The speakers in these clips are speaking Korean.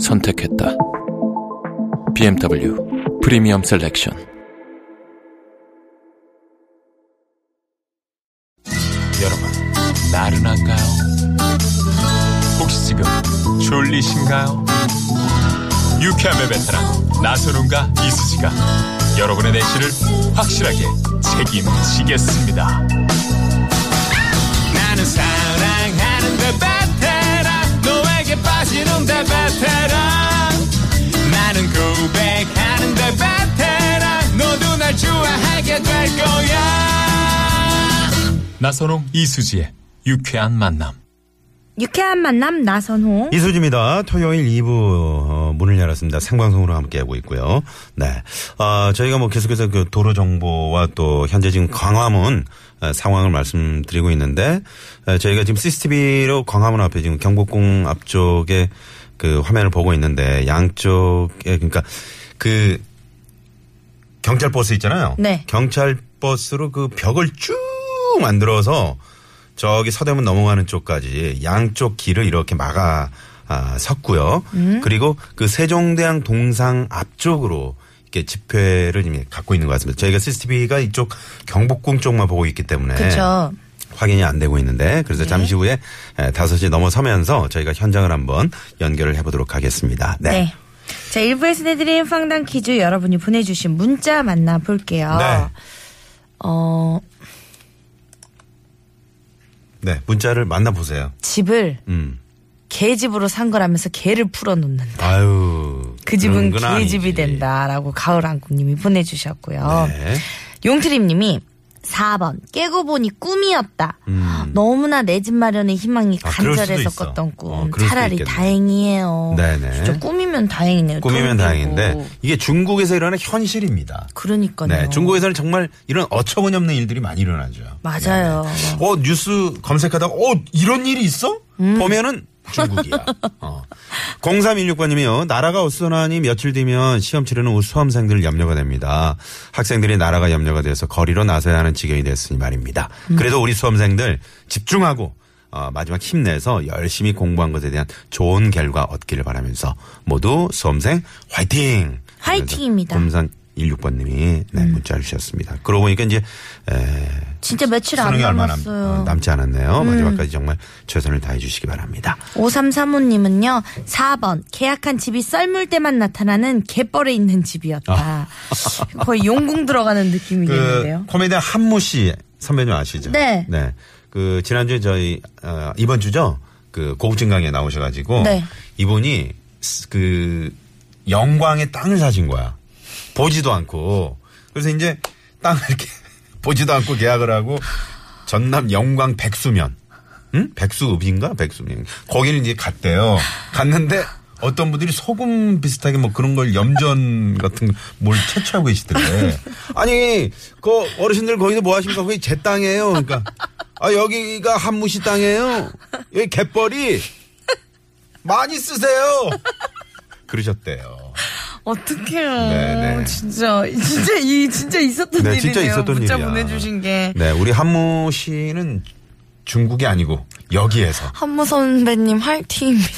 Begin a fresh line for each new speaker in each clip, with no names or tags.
선택했다. BMW 프리미엄 셀렉션.
여러분, 나른한가요? 혹시 지금 졸리신가요? 유쾌함의 베테랑 나선웅과 이수지가 여러분의 내실을 확실하게 책임지겠습니다. 나는 사랑하는데 베테랑 너에게 빠지는데 베테랑 나는 고백하는데 베테랑 너도 날 좋아하게 될 거야. 나선홍 이수지의 유쾌한 만남.
유쾌한 만남 나선홍.
이수지입니다. 토요일 2부 어, 문을 열었습니다. 생방송으로 함께하고 있고요. 네, 어, 저희가 뭐 계속해서 그 도로 정보와 또 현재 지금 광화문 어, 상황을 말씀드리고 있는데 어, 저희가 지금 CCTV로 광화문 앞에 지금 경복궁 앞쪽에 그 화면을 보고 있는데 양쪽에 그러니까 그 경찰 버스 있잖아요.
네.
경찰 버스로 그 벽을 쭉 만들어서 저기 서대문 넘어가는 쪽까지 양쪽 길을 이렇게 막아 아, 섰고요.
음.
그리고 그 세종대왕 동상 앞쪽으로 이렇게 집회를 지금 갖고 있는 것 같습니다. 저희가 CCTV가 이쪽 경복궁 쪽만 보고 있기 때문에
그렇죠.
확인이 안 되고 있는데 그래서
네.
잠시 후에 에, 5시 넘어서면서 저희가 현장을 한번 연결을 해보도록 하겠습니다.
네.
네.
자, 1부에서 내드린 황당 퀴즈 여러분이 보내주신 문자 만나볼게요.
네.
어,
네, 문자를 만나보세요.
집을
음.
개집으로 산 거라면서 개를 풀어놓는다.
아유.
그 집은
그런 건 아니지.
개집이 된다라고 가을안국님이 보내주셨고요.
네.
용트림님이 4번 깨고 보니 꿈이었다. 너무나 내 집 마련의 희망이
음. 아, 그럴 수도
간절해서
있어.
꿨던 꿈.
어, 그럴 수도
차라리
있겠네.
다행이에요.
네네.
진짜 꿈이면 다행이네요.
꿈이면
돈
다행인데
들고.
이게 중국에서 일어나는 현실입니다.
그러니까요.
네, 중국에서는 정말 이런 어처구니없는 일들이 많이 일어나죠.
맞아요.
네. 어 뉴스 검색하다가 어 이런 일이 있어?
음.
보면은 중국이야. 어. 0316번님이요. 나라가 어수선하니 며칠 뒤면 시험 치르는 우- 수험생들 염려가 됩니다. 학생들이 나라가 염려가 돼서 거리로 나서야 하는 지경이 됐으니 말입니다.
음.
그래도 우리 수험생들 집중하고 어, 마지막 힘내서 열심히 공부한 것에 대한 좋은 결과 얻기를 바라면서 모두 수험생 화이팅!
화이팅입니다. 음.
검산 16번님이 네, 문자를 주셨습니다. 그러고 보니까 이제 에,
진짜 며칠 안
수능이 얼마 남,
남았어요. 음.
어, 남지 않았네요. 마지막까지 정말 최선을 다해 주시기 바랍니다.
5335님은요, 4번, 계약한 집이 썰물 때만 나타나는 갯벌에 있는 집이었다.
아.
거의 용궁 들어가는
그
느낌이겠는데요.
코미디언 한무 씨 선배님 아시죠?
그 네.
그 지난주에 저희 어, 이번 주죠. 그 고급진 강에 나오셔 가지고
네.
이분이 스- 그 영광의 땅을 사신 거야. 보지도 않고. 그래서 이제 땅을 이렇게 보지도 않고 계약을 하고 전남 영광 백수면 응? 백수읍인가? 백수면. 거기를 이제 갔대요. 갔는데 어떤 분들이 소금 비슷하게 뭐 그런 걸 염전 같은 뭘 채취하고 계시던데. 아니, 그 어르신들 거기서 뭐 하십니까? 거기 제 땅이에요. 그러니까. 아, 여기가 한무시 땅이에요. 여기 갯벌이 많이 쓰세요. 그러셨대요.
어떡해요.
네, 네.
진짜, 진짜, 이, 진짜 있었던
네,
일이네요.
진짜 있었던
문자
일이야.
보내주신 게.
네, 우리 한무 씨는 중국이 아니고 여기에서.
한무 선배님 화이팅입니다.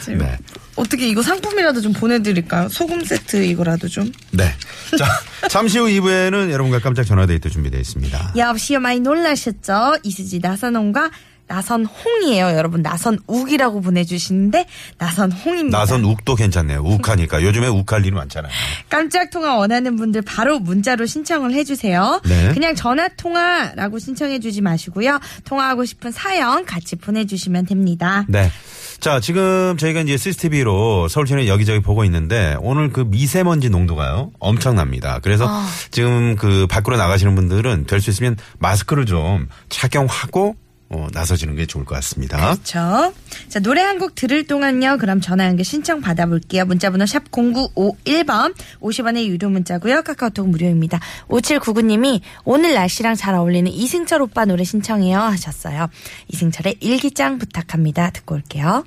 지금
네.
어떻게 이거 상품이라도 좀 보내드릴까요? 소금 세트 이거라도 좀.
네. 자, 잠시 후 2부에는 여러분과 깜짝 전화 데이트 준비되어 있습니다.
역시요 많이 놀라셨죠? 이수지 나선홍과 나선홍이에요. 여러분 나선욱이라고 보내주시는데 나선홍입니다.
나선 욱도 괜찮네요. 욱하니까. 요즘에 욱할 일이 많잖아요.
깜짝 통화 원하는 분들 바로 문자로 신청을 해주세요.
네.
그냥 전화 통화라고 신청해주지 마시고요. 통화하고 싶은 사연 같이 보내주시면 됩니다.
네. 자, 지금 저희가 이제 CCTV로 서울시내 여기저기 보고 있는데 오늘 그 미세먼지 농도가요. 엄청납니다. 그래서 지금 그 밖으로 나가시는 분들은 될 수 있으면 마스크를 좀 착용하고 어, 나서지는 게 좋을 것 같습니다.
그렇죠. 자, 노래 한 곡 들을 동안요. 그럼 전화 연결 신청 받아볼게요. 문자번호 샵 0951번 50원의 유료 문자고요. 카카오톡 무료입니다. 5799님이 오늘 날씨랑 잘 어울리는 이승철 오빠 노래 신청해요 하셨어요. 이승철의 일기장 부탁합니다. 듣고 올게요.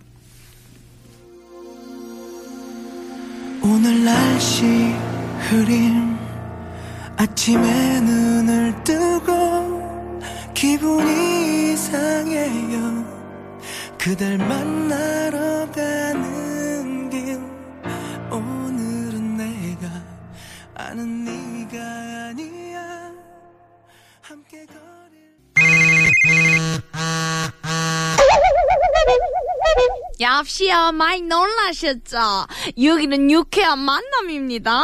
오늘 날씨 흐림 아침에 눈을 뜨고 기분이 이상해요 그댈 만나러 가는 길 오늘은 내가 아는 네가 아니야 함께 걸을
역시요 많이 놀라셨죠? 여기는 유쾌한 만남입니다.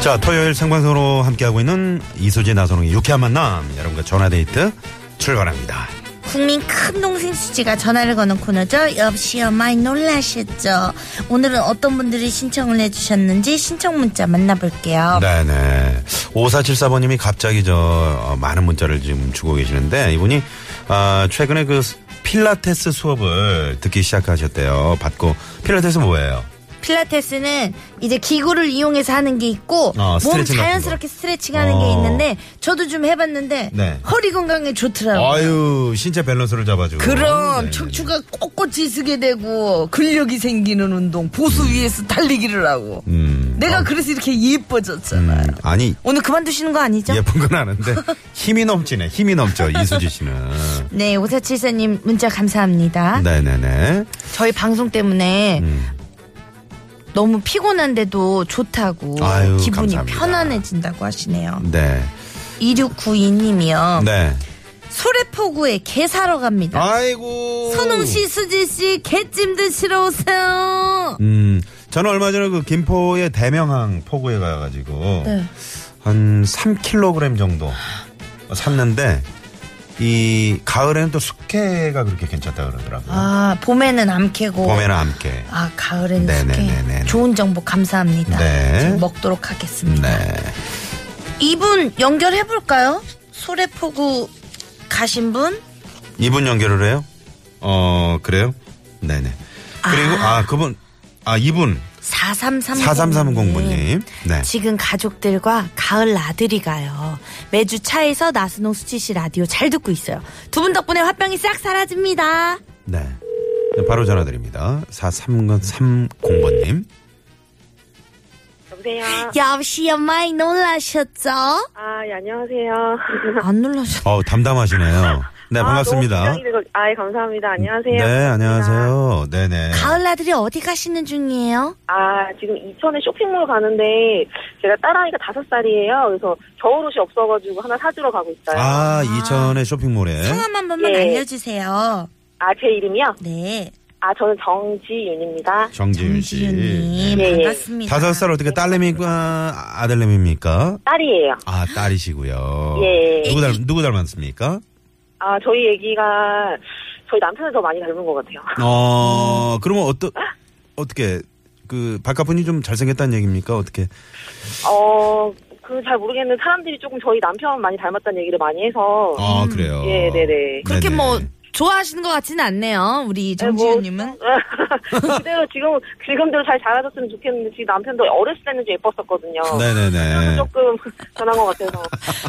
자, 토요일 생방송으로 함께하고 있는 이수지 나선홍의 유쾌한 만남. 여러분과 전화데이트 출발합니다.
국민 큰 동생 수지가 전화를 거는 코너죠. 역시요 많이 놀라셨죠. 오늘은 어떤 분들이 신청을 해주셨는지 신청 문자
아.
만나볼게요.
네네. 5474번님이 갑자기 저 어, 많은 문자를 지금 주고 계시는데 이분이 아, 최근에 그 스- 필라테스 수업을 듣기 시작하셨대요. 받고 필라테스 뭐예요?
필라테스는 이제 기구를 이용해서 하는 게 있고
어,
몸
스트레칭 같은
자연스럽게 스트레칭하는
어.
게 있는데 저도 좀 해봤는데
네.
허리 건강에 좋더라고요.
아유 신체 밸런스를 잡아주고
그럼
네.
척추가 꼿꼿이 쓰게 되고 근력이 생기는 운동 보수 위에서 달리기를 하고
음.
내가 그래서 이렇게 예뻐졌잖아요
음, 아니
오늘 그만두시는 거 아니죠?
예쁜 건 아는데 힘이 넘치네 힘이 넘쳐 이수지 씨는
네, 오사칠사님 문자
아.
감사합니다.
네네네 음.
저희 방송 때문에 너무 피곤한데도 좋다고
아유,
기분이
감사합니다.
편안해진다고 하시네요.
네
어.
2692님이요.
네.
소래포구에 개 사러 갑니다.
아이고
선홍 씨, 수지 씨, 개찜 드시러 오세요.
음, 저는 얼마 전에 그 김포의 대명항 포구에 가가지고
네.
한 3kg 정도 샀는데 이 가을에는 또 숙회가 그렇게 괜찮다 그러더라고요.
아, 봄에는 암 캐고.
봄에는 암깨.
아, 가을에는
네네네네네.
숙회. 좋은 정보 감사합니다.
네.
지금 먹도록 하겠습니다.
네.
이분 연결해볼까요? 소래포구 가신 분?
이분 연결을 해요? 어 그래요? 네네. 그리고 아, 그분 아 이분
4330.
4330번님. 네.
지금 가족들과 가을 나들이 가요. 매주 차에서 나선홍 수지 씨 라디오 잘 듣고 있어요. 두 분 덕분에 화병이 싹 사라집니다.
네. 바로 전화드립니다. 4330번님.
여보세요.
역시 엄마이 놀라셨죠?
아, 예, 안녕하세요.
안 놀라셨.
어 담담하시네요. 네 반갑습니다.
아, 너무 긴장이 되고, 아예 감사합니다. 안녕하세요.
네, 안녕하세요. 네네.
가을 나들이 어디 가시는 중이에요?
아, 지금 이천에 쇼핑몰 가는데 제가 딸아이가 다섯 살이에요. 그래서 겨울옷이 없어가지고 하나 사주러 가고 있어요. 아,
아, 이천의 쇼핑몰에.
성함 한 번만
예.
알려주세요.
아, 제 이름이요?
네.
아, 저는 정지윤입니다.
정지윤 씨. 네.
지윤님
예, 예.
반갑습니다.
다섯 살 어떻게 딸내미입니까? 아들내미입니까?
딸이에요.
아, 딸이시고요.
예.
누구 닮, 누구 닮았습니까?
아, 저희 애기가 저희 남편을 더 많이 닮은 것 같아요.
어, 그러면 어떠, 어떻게, 그, 바깥분이 좀 잘생겼다는 얘기입니까? 어떻게.
어, 그 잘 모르겠는데 사람들이 조금 저희 남편 많이 닮았다는 얘기를 많이 해서
아, 그래요?
예, 네네.
그렇게
네네.
뭐 좋아하시는 것 같지는 않네요. 우리 정지윤님은
그대로 지금 지금대로 잘 자라졌으면 좋겠는데 지금 남편도 어렸을 때는 좀 예뻤었거든요.
어, 네네네.
조금 변한 것 같아서.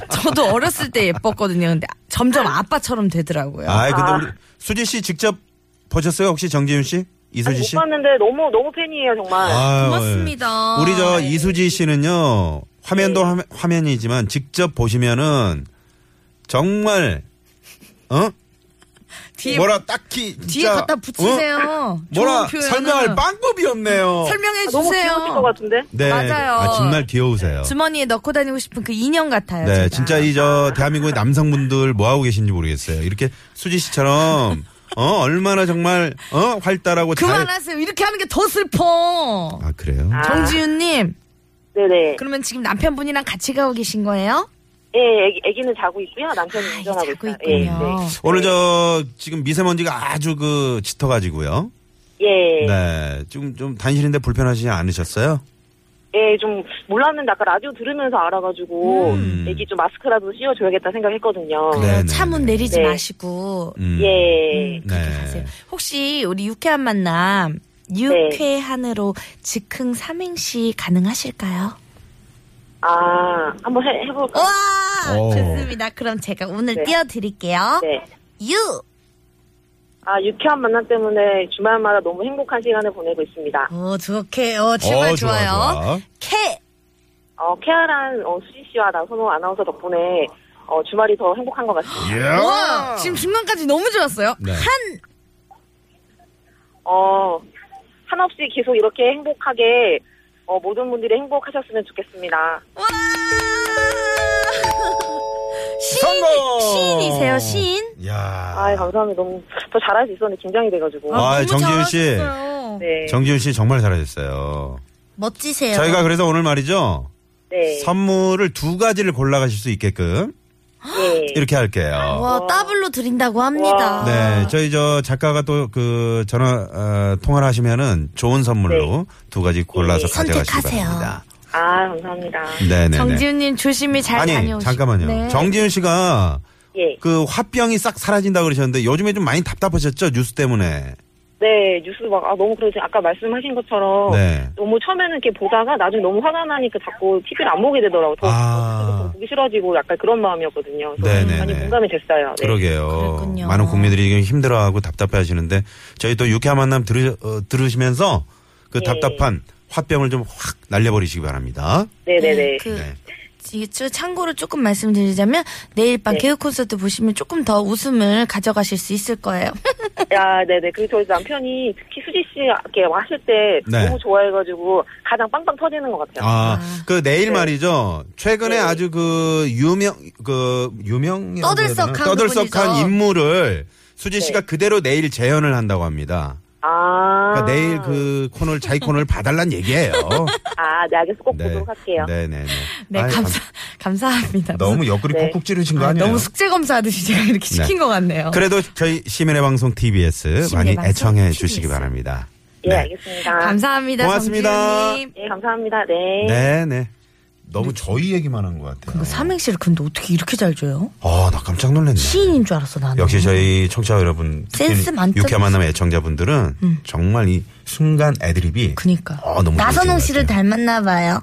저도 어렸을 때 예뻤거든요. 근데 점점 아빠처럼 되더라고요.
아이, 근데 우리, 수지 씨 직접 보셨어요? 혹시 정지윤 씨?
아니,
이수지
못
씨?
봤는데 너무 너무 팬이에요 정말.
아유,
고맙습니다.
예. 우리 저 이수지 씨는요 화면도
네.
화면, 화면이지만 직접 보시면은 정말 어
뒤에
뭐라 딱히
뒤에
진짜,
갖다 붙이세요.
어?
좋은
뭐라
표현은. 음,
설명할 방법이 없네요.
설명해
아, 너무
주세요.
귀여우실 것 같은데.
네,
맞아요.
아, 정말 귀여우세요.
주머니에 넣고 다니고 싶은 그 인형 같아요.
네, 진짜 이 저 대한민국의 남성분들 뭐 하고 계신지 모르겠어요. 이렇게 수지 씨처럼 어 얼마나 정말 어 활달하고 잘
그만하세요. 이렇게 하는 게 더 슬퍼.
아 그래요?
아,
정지윤님,
네네.
그러면 지금 남편분이랑 같이 가고 계신 거예요?
예, 애기 애기는 자고 있고요. 남편은 운전하고
자고
아, 있어요. 예, 네.
있군요.
오늘 저 지금 미세먼지가 아주 그 짙어가지고요.
예.
네. 좀, 좀 단신인데 불편하시지 않으셨어요?
예, 좀 몰랐는데 아까 라디오 들으면서 알아가지고
음.
애기 좀 마스크라도 씌워줘야겠다 생각했거든요.
네, 네, 네.
차문 내리지
네.
마시고
음.
예.
그렇게
네.
가세요. 혹시 우리 유쾌한 만남 유쾌한으로 즉흥 삼행시 가능하실까요?
아, 한번 해, 해볼까?
와
오.
좋습니다. 그럼 제가 오늘
네.
띄워드릴게요.
네.
유
아, 유쾌한 만남 때문에 주말마다 너무 행복한 시간을 보내고 있습니다.
오, 좋게, 오, 정말
어, 좋아,
좋아요.
좋아.
캐!
어, 쾌활한 어, 수지 씨와 나선호 아나운서 덕분에 어, 주말이 더 행복한 것 같습니다.
아, 와, 어. 지금 중간까지 너무 좋았어요.
예. 네.
한!
아.
어, 한없이 계속 이렇게 행복하게 어, 모든 분들이 행복하셨으면
아.
좋겠습니다.
와! 시인, 시인이세요, 시인?
야.
아, 감사합니다. 너무 더 잘할 수 있었는데 긴장이 돼가지고.
아, 정지윤 씨.
잘하셨어요.
네.
정지윤 씨 정말 잘하셨어요.
멋지세요.
저희가 그래서 오늘 말이죠.
네.
선물을 두 가지를 골라가실 수 있게끔
예.
이렇게 할게요.
아, 와, 더블로 드린다고 합니다.
와.
그- 네, 저희 저 작가가 또 그 전화 어, 통화를 하시면은 좋은 선물로 두 가지 골라서
네.
가져가시기
예, 선택하세요.
바랍니다.
아, 감사합니다.
네, 네, 네.
정지훈님 조심히 잘
아니
다녀오시고.
잠깐만요.
네.
정지윤 씨가
예.
그 화병이 싹 사라진다 그러셨는데 요즘에 좀 많이 답답하셨죠 뉴스 때문에.
네, 뉴스 막, 아, 너무 그러지. 아까 말씀하신 것처럼.
어.
네.
너무 처음에는 이렇게 보다가 나중에 너무 화가 나니까 자꾸 TV를 안 보게 되더라고요. 더,
아.
더 보기 싫어지고 약간 그런 마음이었거든요. 그래서
네네네.
많이 공감이 됐어요. 네.
그러게요.
그랬군요.
많은 국민들이 지금 힘들어하고 답답해하시는데 저희 또 유쾌한 만남 들으, 시면서그
네.
예.
답답한 화병을 좀 확 날려버리시기 바랍니다.
네네네.
그,
네.
이게 저 참고로 조금 말씀드리자면 내일 밤
네.
개그 콘서트 보시면 조금 더 웃음을 가져가실 수 있을 거예요.
야, 아, 네네. 그리고 저희 남편이 특히 수지 씨 이렇게 하실 때
네.
너무 좋아해가지고 가장 빵빵 터지는 것 같아요.
아, 그 내일
네.
말이죠. 최근에
네.
아주 그 유명 그 유명
떠들썩한
떠들썩한
부분이죠.
인물을 수지 씨가
네.
그대로 내일 재현을 한다고 합니다.
아.
그러니까 내일 그 코너를 자기 코너를 봐달란 얘기예요.
아, 네, 알겠어. 꼭 보도록 할게요.
네네네.
네,
아이,
감사, 감사합니다.
감- 너무 옆구리
네.
콕콕 찌르신 거
아,
아니에요?
너무 숙제 검사하듯이 제가 이렇게
네.
시킨 것 같네요.
그래도 저희 시민의 방송 TBS
시민의
많이
방송
애청해
TBS.
주시기 바랍니다.
예,
네.
알겠습니다.
감사합니다.
고맙습니다.
정지훈님.
예, 감사합니다.
네, 네. 너무 저희 얘기만 한 것 같아요.
이거 삼행시를 근데 어떻게 이렇게 잘 줘요?
아, 나 깜짝 놀랐네.
시인인 줄 알았어 나는.
역시 저희 청취자 여러분, 특히
센스 많다.
유쾌한 만남 애청자분들은 정말 이 순간 애드립이
그니까.
어, 너무
나선홍
재밌는
씨를
것 같아요.
닮았나 봐요.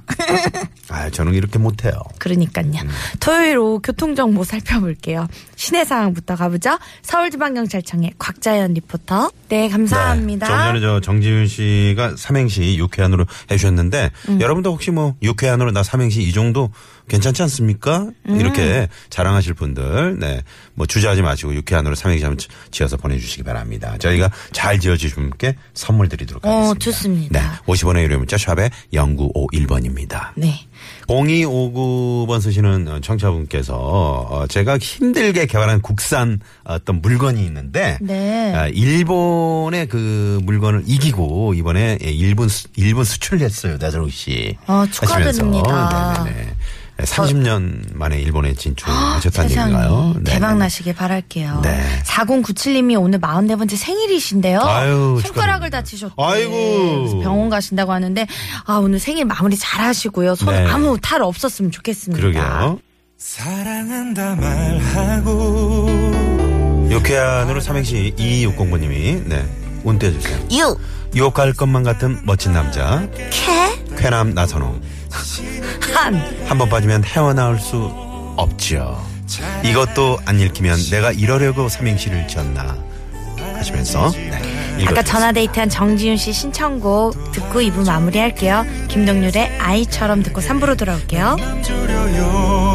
아, 저는 이렇게 못해요.
그러니까요.
음.
토요일 오후 교통정보 살펴볼게요. 시내 상황부터 가보죠. 서울지방경찰청의 곽자연 리포터. 네, 감사합니다.
네, 좀 전에 저 정지윤 씨가 삼행시 유쾌한으로 해주셨는데
음.
여러분도 혹시 뭐 유쾌한으로 나 삼행시 이 정도 괜찮지 않습니까?
음.
이렇게 자랑하실 분들 네뭐 주저하지 마시고 유쾌한으로 삼행시 한번 지- 지어서 보내주시기 바랍니다. 저희가 잘 지어주신 분께 선물 드리도록
어,
하겠습니다.
좋습니다.
네, 50원의 유료 문자 샵에 0951번입니다.
네.
0259번 쓰시는 청자분께서 어, 제가 힘들게 개발한 국산 어떤 물건이 있는데
네.
아, 일본의 그 물건을 이기고 이번에 예, 일본 수, 일본 수출했어요 나선호 씨.
아, 축하드립니다.
하시면서 네네네. 예, 30년 만에 일본에 진출하셨다는
아, 세상에
얘기인가요? 네네네.
대박 나시길 바랄게요.
네.
4097님이 오늘 44번째 생일이신데요.
아유,
손가락을
축하드립니다.
다치셨대.
아이고.
그래서 병원 가시다고 하는데 아 오늘 생일 마무리 잘하시고요. 손
네.
아무 탈 없었으면 좋겠습니다.
그러게요.
사랑한다 말하고
유쾌한으로 삼행시 2260번님이 네 운대 주세요.
유
욕할 것만 같은 멋진 남자 쾌남 나선호
한.
한 번 빠지면 헤어나올 수 없지요. 이것도 안 읽히면 내가 이러려고 삼행시를 지었나 하시면서 네,
아까
읽어주셨습니다.
전화데이트한 정지윤 씨 신청곡 듣고 2부 마무리할게요. 김동률의 아이처럼 듣고 3부로 돌아올게요.
맘 졸여요